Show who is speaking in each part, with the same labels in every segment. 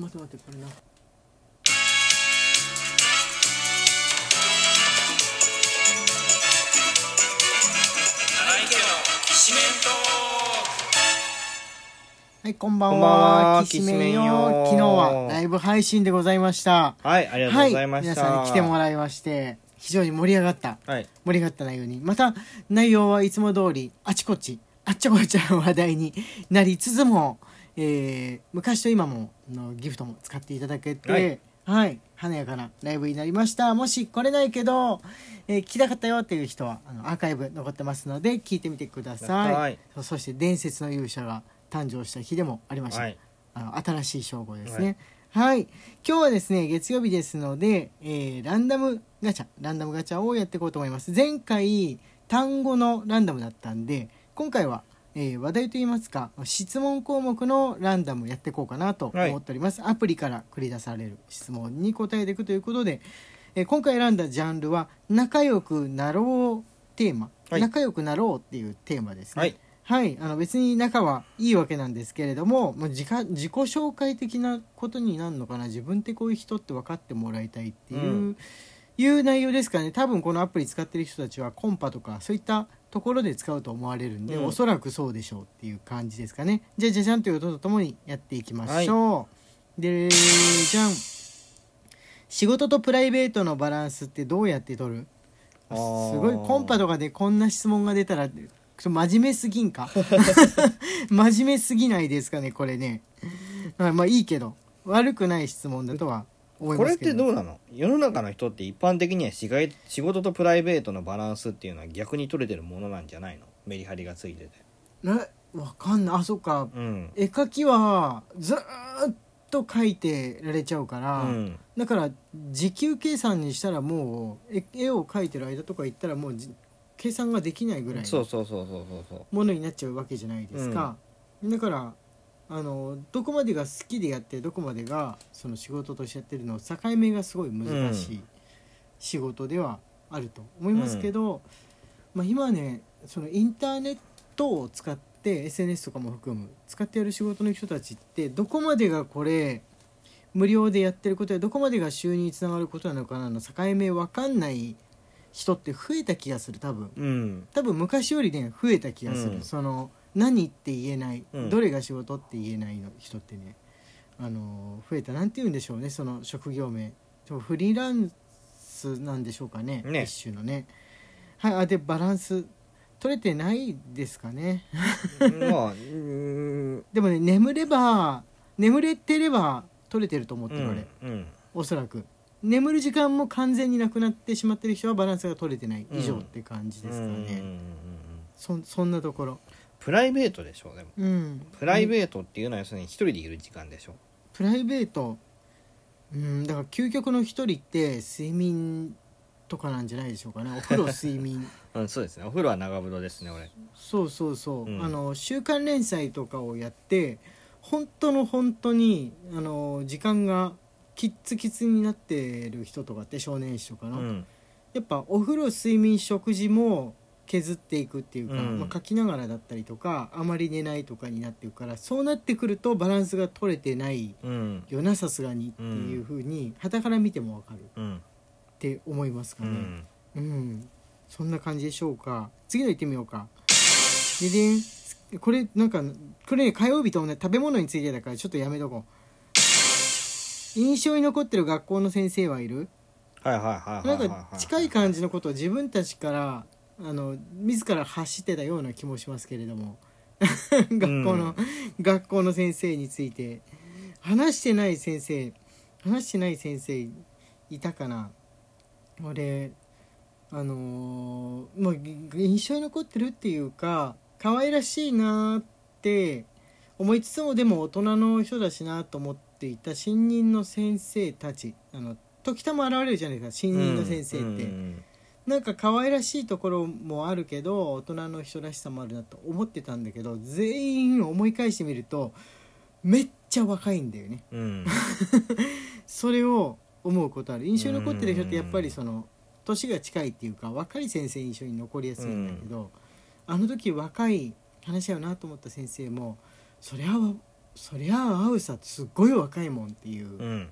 Speaker 1: 待ってこれなはいこんばんは
Speaker 2: こんばんは
Speaker 1: きしめんよ
Speaker 2: きしめんよ
Speaker 1: 昨日はライブ配信でございました
Speaker 2: はい、ありがとうございました。
Speaker 1: はい、皆さんに来ても
Speaker 2: ら
Speaker 1: らいまして非常に盛り上がった
Speaker 2: はい。
Speaker 1: 盛り上がった内容にまた内容はいつも通りあちこちあっちゃこちゃの話題になりつつも、えー昔と今ものギフトも使っていただけて、は
Speaker 2: はいい
Speaker 1: 華やかなライブになりましたもし来れないけど、えー聞きたかったよっていう人はあのアーカイブ残ってますので聞いてみてください
Speaker 2: はい
Speaker 1: そそして伝説の勇者が誕生した日でもありました、
Speaker 2: はい。
Speaker 1: あの新しい称号ですね。はい、今日はですね月曜日ですので、えーランダムガチャランダムガチャをやっていこうと思います。前回単語のランダムだったんで今回は、えー話題といいますか質問項目のランダムやっていこうかなと
Speaker 2: はい
Speaker 1: 思っております。アプリから繰り出される質問に答えていくということで、えー今回選んだジャンルは「仲良くなろう」テーマ、
Speaker 2: はい
Speaker 1: 仲良くなろうっていうテーマですね。
Speaker 2: はい。
Speaker 1: はい、あの別に仲はいいわけなんですけれどももう自家自己紹介的なことになるのかな自分ってこういう人って分かってもらいたいっていう、
Speaker 2: うん
Speaker 1: いう内容ですかね多分このアプリ使ってる人たちはコンパとかそういったところで使うと思われるんで、
Speaker 2: うん
Speaker 1: おそらくそうでしょうっていう感じですかねじゃあじゃじゃんという音とともにやっていきましょう、でじゃん仕事とプライベートのバランスってどうやって取るす
Speaker 2: あー
Speaker 1: ごいコンパとかでこんな質問が出たらちょっと真面目すぎん か真面目すぎないですかねこれねまあまあいいけど悪くない質問だとは思い
Speaker 2: こ
Speaker 1: ま
Speaker 2: れっ
Speaker 1: すけ
Speaker 2: て
Speaker 1: ど
Speaker 2: どうなの世の中の人って一般的には仕がい仕事とプライベートのバランスっていうのは逆に取れてるものなんじゃないのメリハリがついてて。
Speaker 1: なわかんないあそっか
Speaker 2: うん。
Speaker 1: 絵描きはずーっと描いてられちゃうか
Speaker 2: う
Speaker 1: ら、
Speaker 2: ん。
Speaker 1: だから時給計算にしたらもう絵絵を描いてる間とか行ったらもうじ計算ができないぐらいの
Speaker 2: そうそうそうそうそうそう。
Speaker 1: ものになっちゃうわけじゃないですか、だからあのどこまでが好きでやってどこまでがその仕事としてやってるの境目がすごい難し
Speaker 2: う
Speaker 1: い仕事ではあると思いますけど、まあ、今はねそのインターネットを使って SNS とかも含む使ってやる仕事の人たちってどこまでがこれ無料でやってることやどこまでが収入につながることなのかなの境目分かんない人って増えた気がする多分。
Speaker 2: うん。
Speaker 1: 多分昔よりね増えた気がする、
Speaker 2: うん
Speaker 1: その何って言えない、
Speaker 2: うん
Speaker 1: どれが仕事って言えないの人ってねあのー増えたなんて言うんでしょうねその職業名でもフリーランスなんでしょうかね
Speaker 2: ね
Speaker 1: 一種のねはいあでバランス取れてないですかね
Speaker 2: まあ、うーん。
Speaker 1: でもね眠れば眠れてれば取れてると思って
Speaker 2: う
Speaker 1: る、俺
Speaker 2: ん。うん。
Speaker 1: おそらく眠る時間も完全になくなってしまってる人はバランスが取れてない以上って感じですか
Speaker 2: うんうんうんう
Speaker 1: ね、
Speaker 2: ん
Speaker 1: そそんなところ
Speaker 2: プライベートでしょでも。
Speaker 1: うん
Speaker 2: プライベートっていうのは要するに一人でいる時間でしょ。
Speaker 1: プライベートうんだから究極の一人って睡眠とかなんじゃないでしょう かねお風呂睡眠
Speaker 2: うん、そうですね。お風呂は長風呂ですね、俺。
Speaker 1: そうそうそう、
Speaker 2: うん
Speaker 1: あの週刊連載とかをやって本当の本当にあの時間がキッツキツになってる人とかって少年誌とか
Speaker 2: う
Speaker 1: の、
Speaker 2: ん。
Speaker 1: やっぱお風呂睡眠食事も削っていくっていうか、
Speaker 2: うん
Speaker 1: まあ、書きながらだったりとかあまり寝ないとかになってるからそうなってくるとバランスが取れてない
Speaker 2: うん。
Speaker 1: よなさすがにっていうふうにはから見てもわかるっ
Speaker 2: うん。
Speaker 1: て思いますか
Speaker 2: う
Speaker 1: ね
Speaker 2: ん。
Speaker 1: うん、そんな感じでしょうか次の行ってみようかででんこれなんかこれね火曜日と同じ食べ物についてだからちょっとやめとこう印象に残ってる学校の先生はいる
Speaker 2: はいはいはいは
Speaker 1: ない
Speaker 2: はいはい。
Speaker 1: んか近い感じのことを自分たちからあの自ら走ってたような気もしますけれども学校の、学校の先生について話してない先生話してない先生いたかな俺あのー、まあぎ印象に残ってるっていうか可愛らしいなーって思いつつもでも大人の人だしなと思っていた新任の先生たちあの時たま現れるじゃないですか新任の先生って、
Speaker 2: うん
Speaker 1: なんか可愛らしいところもあるけど大人の人らしさもあるなと思ってたんだけど全員思い返してみるとめっちゃ若いんだよね
Speaker 2: うんうん
Speaker 1: それを思うことある印象に残ってる人ってやっぱりその年が近いっていうか若い先生印象に残りやすいんだけど、あの時若い話だよなと思った先生もそりゃそりゃあ会うさすっごい若いもんっていう
Speaker 2: うん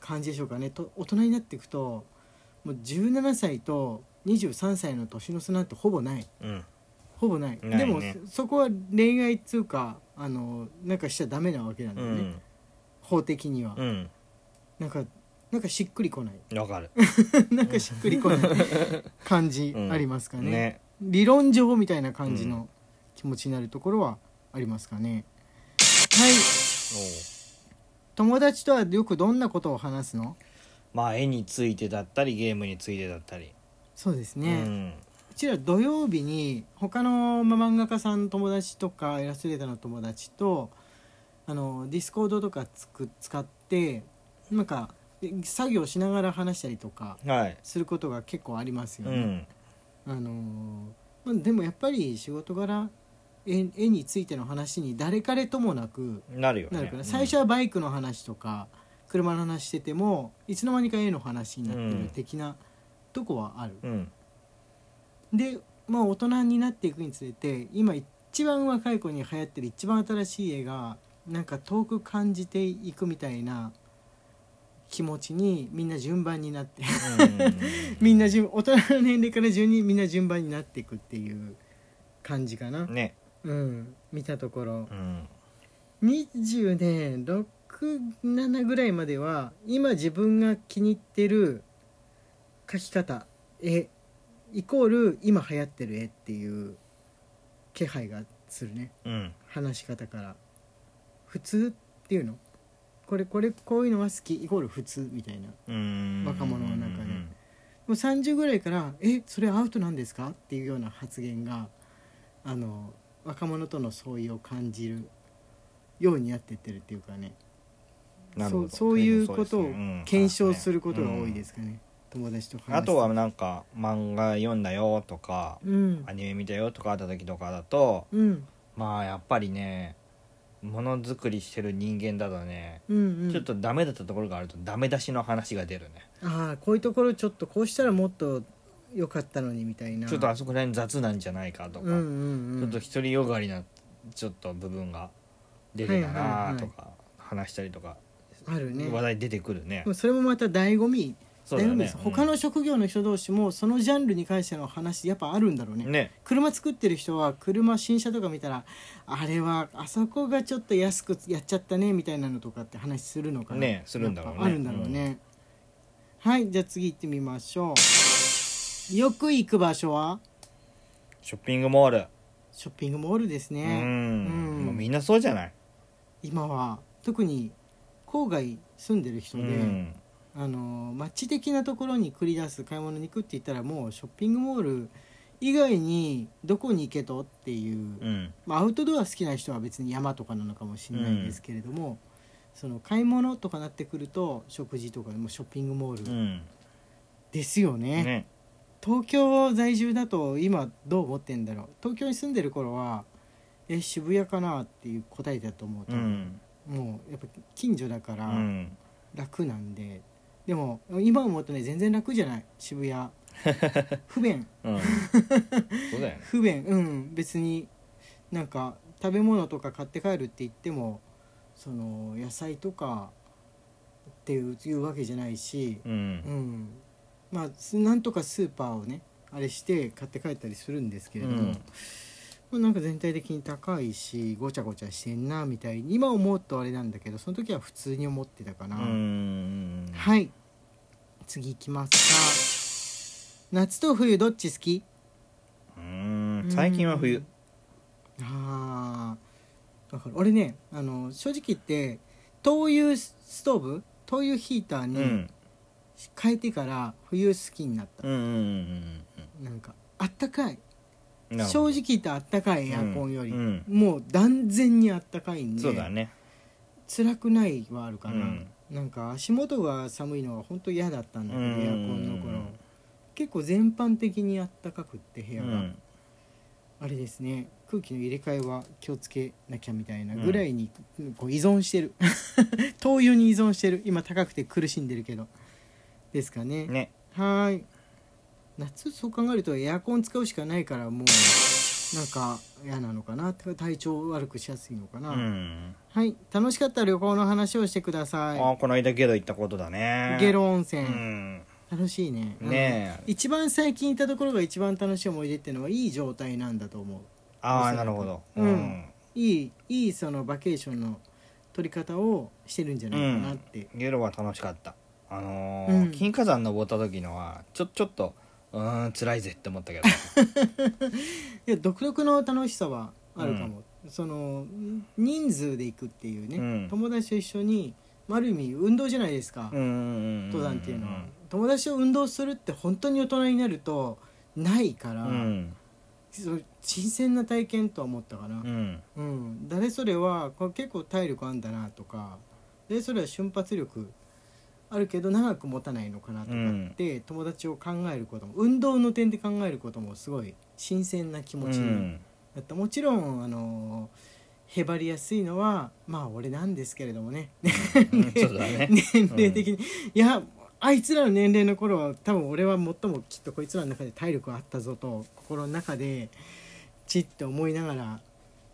Speaker 1: 感じでしょうかねと大人になっていくともう17歳と23歳の年の差なんてほぼない
Speaker 2: うん
Speaker 1: ほぼない
Speaker 2: ないね
Speaker 1: でもそそこは恋愛っつうかあのなんかしちゃダメなわけなんだ
Speaker 2: う
Speaker 1: よね、
Speaker 2: ん
Speaker 1: 法的には、
Speaker 2: うん
Speaker 1: なんかなんかしっくりこない
Speaker 2: わかる
Speaker 1: なんかしっくりこない感じありますかね,、
Speaker 2: ね
Speaker 1: 理論上みたいな感じの気持ちになるところはありますかね、はい友達とはよくどんなことを話すの
Speaker 2: おまあ絵についてだったりゲームについてだったり
Speaker 1: そうです
Speaker 2: う
Speaker 1: ね、うんちら土曜日に他のまあ漫画家さんの友達とかイラストレーターの友達とあのディスコードとかつく使ってなんか作業しながら話したりとか
Speaker 2: はい
Speaker 1: することが結構ありますよ
Speaker 2: う
Speaker 1: ね、
Speaker 2: ん
Speaker 1: あのーまあでもやっぱり仕事柄絵絵についての話に誰彼ともなく
Speaker 2: なるよね
Speaker 1: なるから、最初はバイクの話とか車の話しててもいつの間にか絵の話になって
Speaker 2: う
Speaker 1: る
Speaker 2: ん
Speaker 1: 的なとこはある、
Speaker 2: うん
Speaker 1: で、まあ、大人になっていくにつれて今一番若い子に流行ってる一番新しい絵がなんか遠く感じていくみたいな気持ちにみんな順番になってみんな順大人の年齢から順にみんな順番になっていくっていう感じかな、
Speaker 2: ね
Speaker 1: うん見たところ
Speaker 2: うん
Speaker 1: 20年67ぐらいまでは今自分が気に入ってる描き方絵イコール今流行ってる絵っていう気配がするね
Speaker 2: うん
Speaker 1: 話し方から普通っていうのこれこれこういうのが好きイコール普通みたいな
Speaker 2: うん
Speaker 1: 若者の中でもう30ぐらいから「えそれアウトなんですか?」っていうような発言があの若者との相違を感じるようになってってるっていうかね
Speaker 2: なる
Speaker 1: そ
Speaker 2: ほ
Speaker 1: う
Speaker 2: ど
Speaker 1: そういうことを
Speaker 2: そうですねうん
Speaker 1: 検証することが多いですすかね、友達と話す
Speaker 2: あとはなんか漫画読んだよとか
Speaker 1: うん
Speaker 2: アニメ見たよとかあった時とかだと
Speaker 1: うん
Speaker 2: まあやっぱりねものづくりしてる人間だとね
Speaker 1: うんうん
Speaker 2: ちょっとダメだったところがあるとダメ出しの話が出るね
Speaker 1: ああこういうところちょっとこうしたらもっと良かったのにみたいな
Speaker 2: ちょっとあそこら辺雑なんじゃないかとか
Speaker 1: うんうん
Speaker 2: ち
Speaker 1: う
Speaker 2: ょっ
Speaker 1: ん
Speaker 2: と独りよがりなちょっと部分が出てたなとか話したりとか
Speaker 1: あるね
Speaker 2: 話題出てくるね
Speaker 1: でもそれもまた醍醐味
Speaker 2: そうだよ
Speaker 1: 醍醐味で
Speaker 2: ね
Speaker 1: す他の職業の人同士もそのジャンルに関しての話やっぱあるんだろう
Speaker 2: う
Speaker 1: ね
Speaker 2: んね
Speaker 1: 車作ってる人は車新車とか見たらあれはあそこがちょっと安くやっちゃったねみたいなのとかって話するのかな
Speaker 2: ねするんだろうね
Speaker 1: やっぱあるんだろうね、はいじゃあ次行ってみましょうよく行く場所は
Speaker 2: ショッピングモール
Speaker 1: ショッピングモールです
Speaker 2: う
Speaker 1: ね、うん
Speaker 2: んもうみんなそうじゃない
Speaker 1: 今は特に郊外住んでる
Speaker 2: う
Speaker 1: 人で、
Speaker 2: ん
Speaker 1: あの街的なところに繰り出す買い物に行くって言ったらもうショッピングモール以外にどこに行けとっていう、
Speaker 2: うん
Speaker 1: まあ、アウトドア好きな人は別に山とかなのかもしれないんですけれども、その買い物とかなってくると食事とかもうショッピングモ
Speaker 2: う
Speaker 1: ール
Speaker 2: ん
Speaker 1: ですよね
Speaker 2: ね
Speaker 1: 東京在住だと今どう思ってんだろう東京に住んでる頃はえ渋谷かなっていう答えだと思うと、
Speaker 2: うん
Speaker 1: もうやっぱ近所だか
Speaker 2: う
Speaker 1: ら
Speaker 2: ん
Speaker 1: 楽なんで、でも今思うとね全然楽じゃない渋 谷不便
Speaker 2: うんそうだよね
Speaker 1: 不便うん別になんか食べ物とか買って帰るって言ってもその野菜とかっていういうわけじゃないし、
Speaker 2: う
Speaker 1: うんん、まあすなんとかスーパーをねあれして買って帰ったりするんですけれども、
Speaker 2: うん
Speaker 1: まあなんか全体的に高いしごちゃごちゃしてんなみたいに今思うとあれなんだけどその時は普通に思ってたか
Speaker 2: う
Speaker 1: な、
Speaker 2: ん
Speaker 1: はい次行きますか夏と冬どっち好き
Speaker 2: うん最近は冬
Speaker 1: ああかる俺ねあの正直言って灯油ストーブ灯油ヒーター
Speaker 2: う
Speaker 1: に
Speaker 2: ん
Speaker 1: 変えてから冬好きになった
Speaker 2: う、んうんうん
Speaker 1: なんかあったかい
Speaker 2: うんなる
Speaker 1: 正
Speaker 2: ほど
Speaker 1: 直言ってあったかいエアコンより、
Speaker 2: うん
Speaker 1: もう断然にあったかいんで
Speaker 2: そうだね
Speaker 1: 辛くないはあるかな、
Speaker 2: うん
Speaker 1: なんか足元が寒いのは本当嫌だったんだけど、
Speaker 2: うん
Speaker 1: エアコンの頃結構全般的にあったかくって部
Speaker 2: う
Speaker 1: 屋が、
Speaker 2: ん
Speaker 1: あれですね空気の入れ替えは気をつけなきゃみたいなぐらいに、こう依存してる 灯油に依存してる今高くて苦しんでるけどですかね
Speaker 2: ね
Speaker 1: はーい夏そう考えるとエアコン使うしかないからもうなんか嫌なのかなって体調を悪くしやすいのかな、
Speaker 2: うん
Speaker 1: はい楽しかった旅行の話をしてください
Speaker 2: ああこの間ゲロ行ったことだね
Speaker 1: 下呂温
Speaker 2: う
Speaker 1: 泉、
Speaker 2: ん
Speaker 1: 楽しいね
Speaker 2: ね
Speaker 1: うん
Speaker 2: え
Speaker 1: 一番最近行ったところが一番楽しい思い出っていうのはいい状態なんだと思う
Speaker 2: ああなるほど
Speaker 1: うんいいいいそのバケーションの取り方をしてるんじゃないかなって、
Speaker 2: ゲロは楽しかったあのー
Speaker 1: うん
Speaker 2: 金華山登った時のはちょちょっとうーん辛いぜって思ったけど
Speaker 1: いや独特の楽しさはあるかも、その人数で行くっていうね、
Speaker 2: うん
Speaker 1: 友達と一緒にまあある意味運動じゃないですか、
Speaker 2: うんうんうん
Speaker 1: 登山っていうのは、友達と運動するって本当に大人になるとないから、
Speaker 2: うん
Speaker 1: その新鮮な体験とは思ったかな、
Speaker 2: うん
Speaker 1: うん、誰それはこれ結構体力あんだなとか誰それは瞬発力あるけど長く持たないのかなとかって、友達を考えることも運動の点で考えることもすごい新鮮な気
Speaker 2: う
Speaker 1: 持ちに
Speaker 2: ん
Speaker 1: なった、もちろんあのへばりやすいのはまあ俺なんですけれどもね
Speaker 2: うんそうだね
Speaker 1: 年齢的に、いやあいつらの年齢の頃は多分俺は最もきっとこいつらの中で体力あったぞと心の中でちって思いながら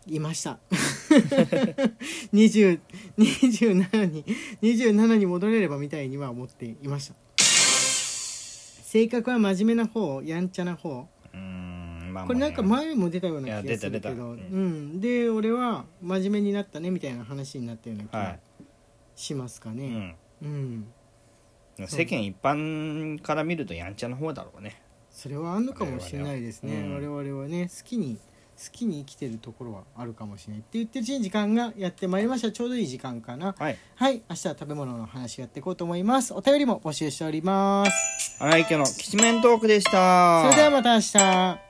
Speaker 1: いました 20 27に27に戻れればみたいには思っていました性格は真面目な方やんちゃな方
Speaker 2: うんまあ
Speaker 1: これなんか
Speaker 2: まあね
Speaker 1: 前も出たような気がする
Speaker 2: いや出た
Speaker 1: け
Speaker 2: 出た
Speaker 1: ど、
Speaker 2: う
Speaker 1: うんん、で俺は真面目になったねみたいな話になったような気
Speaker 2: は
Speaker 1: が
Speaker 2: い
Speaker 1: しますか
Speaker 2: う
Speaker 1: ね、
Speaker 2: ん
Speaker 1: うん、
Speaker 2: 世間一般から見るとやんちゃの方だろうね
Speaker 1: それはあんのかもしれないですね
Speaker 2: 我
Speaker 1: 我
Speaker 2: 々
Speaker 1: 々は,、ね好きに好きに生きてるところはあるかもしれないって言ってるうちに時間がやってまいりましたちょうどいい時間かな
Speaker 2: はい
Speaker 1: はい明日は食べ物の話やっていこうと思いますお便りも募集しております
Speaker 2: 荒井家のきしめんトークでした
Speaker 1: それではまた明日